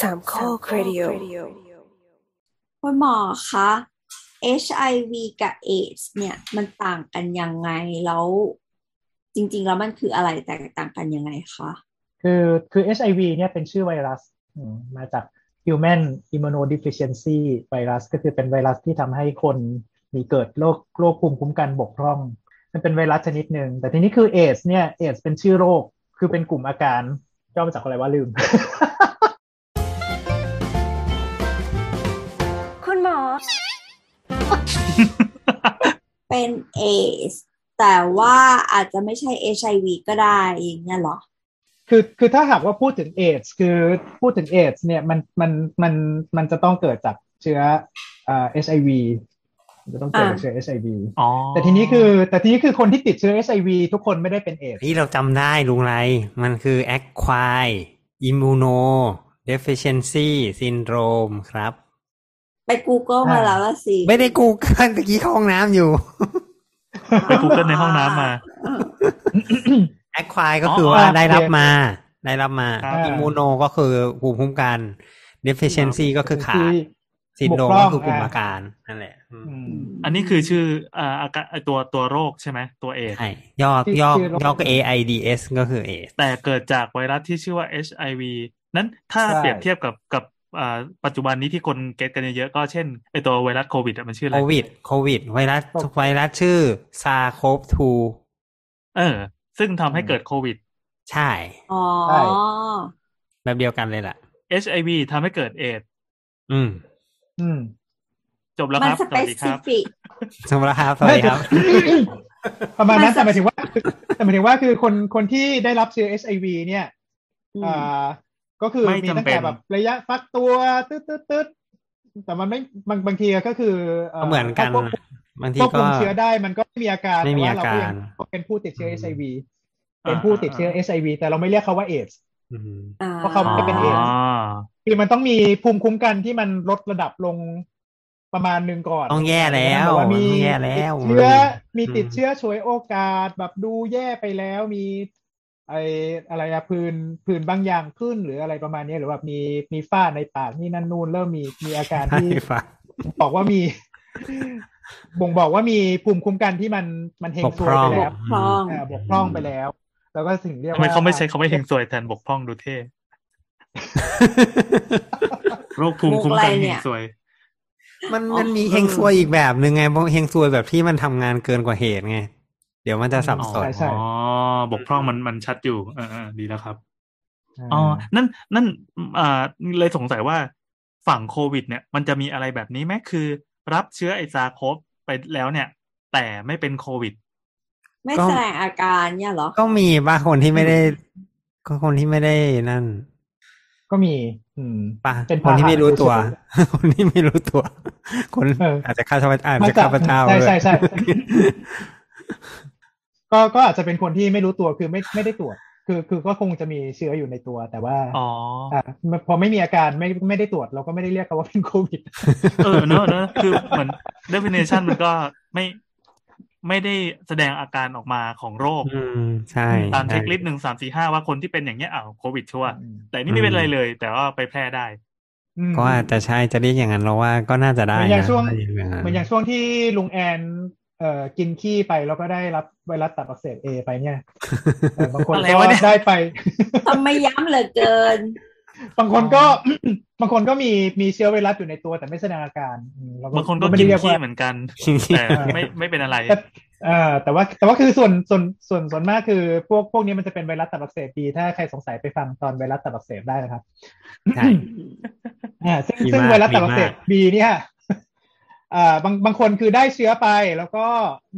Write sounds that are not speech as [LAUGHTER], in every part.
สามข้อครดิโอ คุณหมอคะ HIV กับ AIDS เนี่ยมันต่างกันยังไงแล้ว จริง ๆ แล้วมันคืออะไรแตกต่างกันยังไงคะ คือคือ HIV เนี่ยเป็นชื่อไวรัสอืมมาจาก Human Immunodeficiency ไวรัสก็คือเป็นไวรัสที่ทำให้คนมีเกิดโรคโรคภูมิคุ้มกันบกพร่อง มันเป็นไวรัสชนิดหนึ่ง แต่ทีนี้คือเอสเนี่ยเอสเป็นชื่อโรค คือเป็นกลุ่มอาการย่อมาจากอะไรวะลืม [LAUGHS] คุณหมอ เป็น AIDS แต่ว่าอาจจะไม่ใช่ HIV ก็ได้อย่างเงี้ยเหรอ คือคือถ้าหากว่าพูดถึงเอชคือพูดถึงเอชเนี่ยมันมันมันมันจะต้องเกิดจากเชื้อเอ่อ HIV มันจะต้องเกิดจากเชื้อ HIV อ๋อ แต่ทีนี้คือแต่ทีนี้คือคนที่ติดเชื้อ HIV ทุกคนไม่ได้เป็นเอช นี่เราจำได้ลุงไร มันคือ acquired immunodeficiency syndrome ครับ ไป Google มาแล้วละสิ ไม่ได้กูเกิลตะกี้เข้าห้องน้ำอยู่ ไป Google ในห้องน้ำมา acquired ก็คือว่าได้รับมา ได้รับมา ครับ immuno ก็คือภูมิคุ้มกัน deficiency ก็คือขาด ที่ syndrome บกพร่ ก็ อง คือกลุ่มอาการนั่นแหละอืม อืม อันนี้คือชื่ออ่าอาการไอ้ตัวตัวโรคใช่ไหมตัวเอดส์ ใช่ย่อ ที่ ย่อ ที่โรค ย่อก็ AIDS ก็คือ A แต่เกิดจากไวรัสที่ชื่อว่า HIV นั้นถ้า ใช่ เปรียบเทียบกับกับอ่าปัจจุบันนี้ที่คนเก็ตกันเยอะๆก็เช่นไอตัวไวรัสโควิดอะมันชื่ออะ โค ไร วิด โควิด ไวรัส ไวรัสชื่อซาโคฟ2 เออ ซึ่งทำให้เกิดโควิด ใช่ อ๋อ ใช่ แบบเดียวกันเลยล่ะ HIV ทำให้เกิดเอดส์ อืม อืม จบแล้ว มั คน รับ ส ส เป วัสดีค ซิ รับ ฟิก สวัสดีครับ สวัสดีครับ [COUGHS] ประมาณนั้น ไม่ แต่หมายถึงว่าแต่หมายถึงว่าคือคนคนที่ได้รับเชื้อ HIV เนี่ยอ่าก็คือ ไม่ มี จำ ตั้ง เป็น แต่แบบระยะฟักตัวตึ๊ดตึ๊ดตึ๊ดแต่มันไม่บางบางทีก็คือ ก็เหมือนกัน ถ้าควบคุม บางที ควบ ก็ คุมเชื้อได้มันก็ไม่มีอาการ ไม่ แต่ มี ว่า อา เรา การ ก็ยังเป็นผู้ติดเชื้อ HIV อ่า เป็นผู้ติดเชื้อ HIV แต่เราไม่เรียกเขาว่าเอช อืม เพราะเขาไม่ได้เป็นเอดส์ คือมันต้องมีภูมิคุ้มกันที่มันลดระดับลงประมาณหนึ่งก่อน ต้องแย่แล้ว บบว่ามี ต้องแย่แล้ ติด ว เชื้อมี อืม ติดเชื้อช่วยโอกาสแบบดูแย่ไปแล้วมี ไออะไรอะพื้นพื้นบางอย่างขึ้นหรืออะไรประมาณเนี้ยหรือว่ามีมีฝ้าในปากนี่นั่นนู่นเริ่มมีมีอาการที่ ให้ฟัง บอกว่ามี บ่งบอกว่ามีภูมิคุ้มกันที่มันมันเฮงซวยไป บ แล้ ก ว พร่อง อ่าบกพร่องไปแล้ว แล้วก็ถึงเรียก ทำไม ว่า เขาไม่ใช้คำว่าเฮงซวยแทนบกพร่องดูเท่โรคภูมิคุ้มกันเฮงซวย มันมันมีเฮงซวยอีกแบบหนึ่งไงเพราะเฮงซวยแบบที่มันทำงานเกินกว่าเหตุไง เดี๋ยวมันจะสับสน ใช่ใช่ อ๋อ บกพร่องมันมันชัดอยู่เออเออดีแล้วครับ า อ๋อ นั่น นั่น อ่า เลยสงสัยว่าฝั่งโควิด เนี่ย มันจะมีอะไรแบบนี้ไหมคือ รับเชื้อไอซาร์โคฟไปแล้วเนี่ย แต่ไม่เป็นโควิด ไม่ ก็ แสดงอาการเนี่ยเหรอ ก็มีป่ะคนที่ไม่ได้ก็คนที่ไม่ได้นั่น ก็มี อืม ป่ะ เป็น คนที่ ภาหะ ไม่รู้ตัว เฉ คนที่ไม่รู้ตัว คน เอออ อาจจะฆ่าชาวบ้านอาจจะ มาจาก ฆ่าพเจ้า ใช่ใช่ ด้วย ใช่ ก็ก็อาจจะเป็นคนที่ไม่รู้ตัวคือไม่ไม่ได้ตรวจ คือคือก็คงจะมีเชื้ออยู่ในตัวแต่ว่า อ๋อ อ่าพอไม่มีอาการไม่ไม่ได้ตรวจเราก็ไม่ได้เรียกเขาว่าเป็นโควิด เออ เนอะเนอะคือเหมือน definition มันก็ไม่ ไม่ได้แสดงอาการออกมาของโรค อืมใช่ ตามเช็คลิสต์หนึ่งสามสี่ห้าว่าคนที่เป็นอย่างเงี้ยอ้าวโควิดชัวร์ อืม แต่นี่ไม่เป็นไรเลย แต่ว่าไปแพร่ได้ อืม ก็อาจจะใช่จะเรียกอย่างนั้นเราว่าก็น่าจะได้ เหมือนอย่าง นะ ช่วง ได้อย่างนั้น เหมือนอย่างช่วงที่ลุงแอนเอ่อกินขี้ไปแล้วก็ได้รับไวรัสตับอักเสบเอไปเนี่ยเอ [LAUGHS] อบางคน อะไร ก็ วะเนี่ย ได้ไป [COUGHS] ทำไมย้ำเหลือเกิน บางคนก็ [COUGHS] บางคนก็มีมีเชื้อไวรัสอยู่ในตัวแต่ไม่แสดงอาการอืมเร บางคนก็ ไม่ กิ ได้ น เรีย ขี้ ว่า เหมือนกัน จริงๆ แต่ไม่ไม่เป็นอะไร แต่เอ่อแต่ว่าแต่ว่าคือส่วนส่วนส่วนส่วนมากคือพวกพวกนี้มันจะเป็นไวรัสตับอักเสบบีถ้าใครสงสัยไปฟังตอนไวรัสตับอักเสบได้นะครับ ใช่ อ่าซึ่ง ดีมาก ซึ่งไวรัสตับอักเสบ ดีมาก บีเนี่ย [LAUGHS] อ่าบางบางคนคือได้เชื้อไปแล้วก็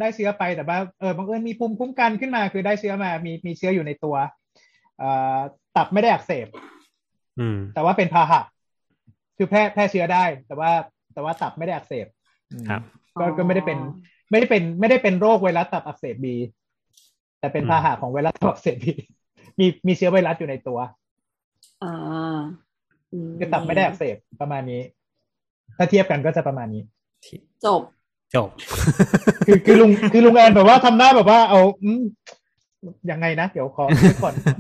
ได้เชื้อไปแต่ว่าเออบังเอิญมีภูมิคุ้มกันขึ้นมา คือได้เชื้อมามีมีเชื้ออยู่ในตัวเอ่อตับไม่ได้อักเสบ อืม แต่ว่าเป็นพาหะคือแพร่แพร่เชื้อได้ แต่ว่าแต่ว่าตับไม่ได้อักเสบ ครับ ก็ก็ไม่ได้เป็น อ๋อ ไม่ได้เป็นไม่ได้เป็นโรคไวรัสตับอักเสบบีแต่เป็นพาหะของไวรัสตับอักเสบบี [LAUGHS] มีมีเชื้อไวรัสอยู่ในตัว อ่า คือตับไม่ได้อักเสบประมาณนี้ ถ้าเทียบกันก็จะประมาณนี้ จบ จบ คือคือลุง [LAUGHS] คือลุงแอนแบบว่าทำหน้าแบบว่าเอาอืมยังไงนะ เดี๋ยวขอคิดก่อนอื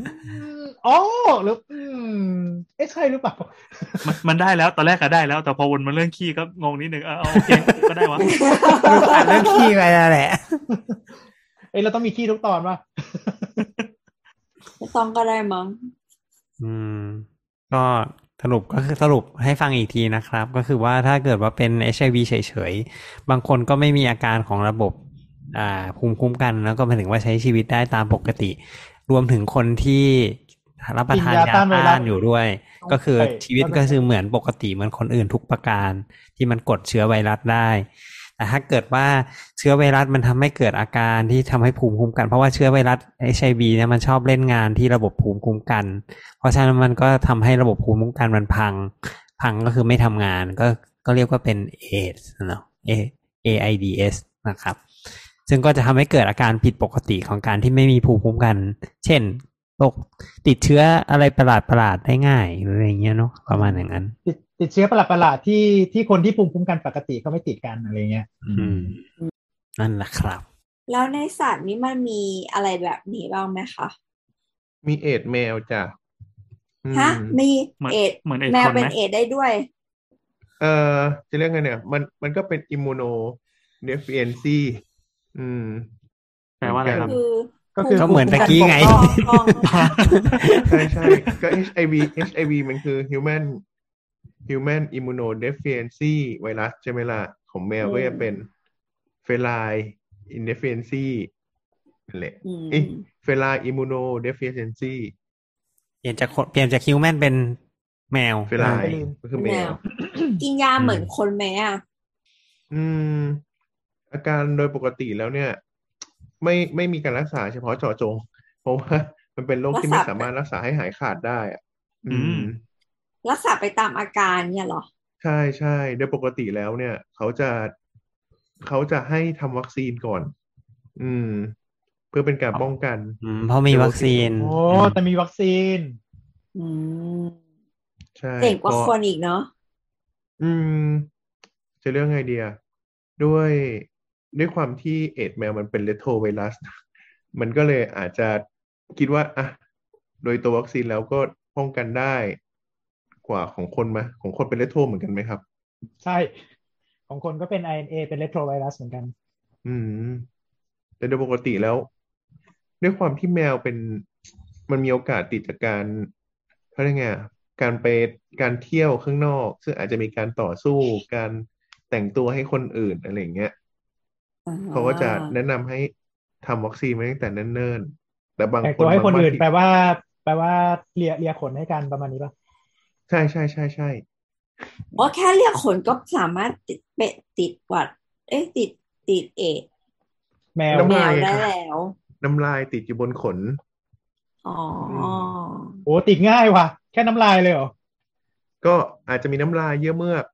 ม อ๋อหรืออืมเอ๊ะใช่หรือเปล่า มันมันได้แล้ว ตอนแรกก็ได้แล้ว แต่พอวนมาเรื่องขี้ก็งงนิดนึงเออเอาโอเคก็ได้วะ อ่านเรื่องขี้ไปแล้วแหละ เอ้ยเราต้องมีขี้ทุกตอนป่ะ [LAUGHS] ไม่ต้องก็ได้มั้ง อืม ก็สรุปก็คือสรุปให้ฟังอีกทีนะครับ ก็คือว่าถ้าเกิดว่าเป็น HIV เฉยๆ บางคนก็ไม่มีอาการของระบบ อ่า ภูมิคุ้มกันแล้วก็หมายถึงว่าใช้ชีวิตได้ตามปกติ รวมถึงคนที่รับประทากินยายนา ต้านไวรัส ต้านอยู่ด้วย ก็คือชีวิตก็คือเหมือนปกติเหมือนคนอื่นทุกประการ ที่มันกดเชื้อไวรัสได้ แต่ถ้าเกิดว่าเชื้อไวรัสมันทำให้เกิดอาการที่ทำให้ภูมิคุ้มกัน เพราะว่าเชื้อไวรัส HIV เนี่ยมันชอบเล่นงานที่ระบบภูมิคุ้มกัน เพราะฉะนั้นมันก็ทำให้ระบบภูมิคุ้มกันมันพัง พังก็คือไม่ทำงาน ก็ก็เรียกว่าเป็น AIDS เนอะ A AIDS นะครับ ซึ่งก็จะทำให้เกิดอาการผิดปกติของการที่ไม่มีภูมิคุ้มกัน เช่นโรคติดเชื้ออะไรประหลาดประหลาดๆได้ง่ายหรืออะไรอย่างเงี้ยเนาะประมาณอย่างนั้น ติดติดเชื้อประหลาดประหลาดๆที่ที่คนที่ภูมิคุ้มกันปกติเขาไม่ติดกันอะไรเงี้ย อืม นั่นแหละครับ แล้วในสัตว์นี่มันมีอะไรแบบนี้บ้างไหมคะ มีเอ็ดแมวจ้ะอืม ฮะ มี เหมือน เอ็ด เหมือนเอ็ด แมว คนไหม เป็นเอ็ดได้ด้วย เออจะเรียกไงเนี่ย มันมันก็เป็นอิมมูโนเดฟิเอนซีอืม แปลว่าอะไรครับ คือ ก็คือ ก็เหมือนตะกี้ไง ภูมิคุ้มกันปกป้อง ใช่ใช่ก็ HIV HIV มันคือ human human immunodeficiency ไวรัสใช่ไหมล่ะ ของแมวก็จะเป็น feline indeficiency นั่นแหละ อืม เอ๊ะ feline immunodeficiency เปลี่ยนจากคนเปลี่ยนจากฮิวแมนเป็นแมว feline ก็คือแม แม ว ว กินยาเหมือนคนไหมอ่ะ อืม อาการโดยปกติแล้วเนี่ย ไม่ไม่มีการรักษาเฉพาะเจาะจง [LAUGHS] เพราะว่ามันเป็นโรคที่ไม่ รักษา สามารถรักษาให้หายขาดได้อะอื อืม ม รักษาไปตามอาการเนี่ยเหรอ ใช่ใช่โดยปกติแล้วเนี่ย เขาจะเขาจะให้ทำวัคซีนก่อน อืม เพื่อเป็นการป้องกัน อืมเพราะมีวัคซีน โอ้แต่มีวัคซีน อืม ใช่ เจ๋งกว่า พอ คนอีกเนาะ อืม จะเรื่องไงเดียด้วยด้วยความที่เอดส์แมวมันเป็นเลโทไวรัส มันก็เลยอาจจะคิดว่าอ่ะโดยตัววัคซีนแล้วก็ป้องกันได้กว่าของคนไหมาของคนเป็นเลโทเหมือนกันไหมครับ ใช่ ของคนก็เป็น RNA เป็นเลโทรไวรัสเหมือนกัน อืม แต่โดยปกติแล้ว ด้วยความที่แมวเป็นมันมีโอกาสติดจากการเขาเรียกไงอะการไปการเที่ยวข้างนอก ซึ่งอาจจะมีการต่อสู้การแต่งตัวให้คนอื่นอะไรอย่างเงี้ยเขาก็จะแนะนำให้ทำวัคซีนมาตั้งแต่เนิ่นๆแต่บาง แต่ง ค ตั น วให้คน บางบ้า อื่น ที่ แปลว่า แปลว่าเลียเลียขนให้กันประมาณนี้ป่ะ ใช่ใช่ใช่ใช่ ว่าแค่เรียกขนก็สามารถติดเปะติดหวัด เอ๊ะติดติดเอด แมว แมวได้แล้ว น้ำลายติดอยู่บนขน อ๋อ โอ้ติดง่ายว่ะ แค่น้ำลายเลยเหรอ ก็อาจจะมีน้ำลายเยื่อเมือก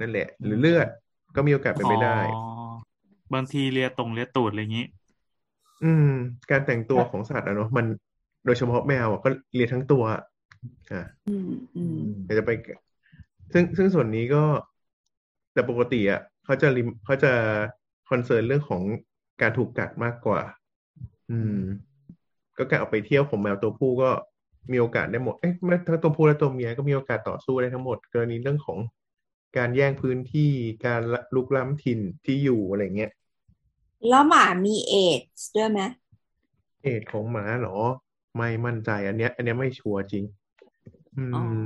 นั่นแหละ หรือเลือดก็มีโอกาสเป็นไปได้ อ๋อบางทีเลียตรงเลียตูดอะไรอย่างนี้ อืม การแต่งตัวของสัตว์อะเนาะมันโดยเฉพาะแมวอะก็เลียทั้งตัวอะอ่า อืมอืม เดี๋ยวจะไป ซึ่งซึ่งส่วนนี้ก็แต่ปกติอะเขาจะริมเขาจะคอนเซิร์นเรื่องของการถูกกัดมากกว่า อืม ก็การออกไปเที่ยวของแมวตัวผู้ก็มีโอกาสได้หมดเอ๊ะแม้ทั้งตัวผู้และตัวเมียก็มีโอกาสต่อสู้ได้ทั้งหมด กรณีเรื่องของการแย่งพื้นที่การลุกล้ำถิ่นที่อยู่อะไรเงี้ย แล้วหมามีเอดส์ด้วยไหม เอทของหมาเหรอ ไม่มั่นใจอันเนี้ย อันเนี้ยไม่ชัวร์จริง อื อ๋อ ม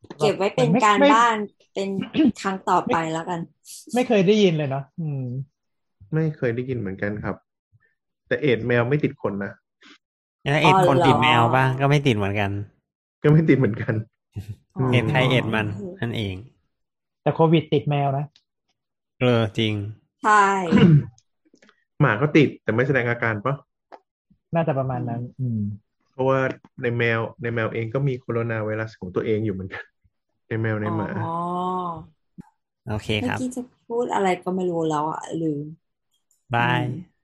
โอเคเก็บไว้เป็น ไม่ การ ไม่ บ้านเป็นครั้งต่อไปแล้วกัน ไม่เคยได้ยินเลยเนาะอืม ไม่เคยได้ยินเหมือนกันครับ แต่เอดส์แมวไม่ติดขนนะ แล้วเอ็ด อ๋อ คน เหรอ ติดแมวบ้างก็ไม่ติดเหมือนกัน ก็ไม่ติดเหมือนกัน อ๋อ เอ็ดใครเอ็ดมันนั่นเอง แต่โควิดติดแมวนะ เออจริง ใช่ หมาก็ติดแต่ไม่แสดงอาการปะ น่าจะประมาณนั้น อืม เพราะว่าในแมวในแมวเองก็มีโคโรนาไวรัสของตัวเองอยู่เหมือนกัน ในแมวในหมา อ๋อ โอเค เมื่อครับ กี้จะพูดอะไรก็ไม่รู้แล้วอ่ะลืม บาย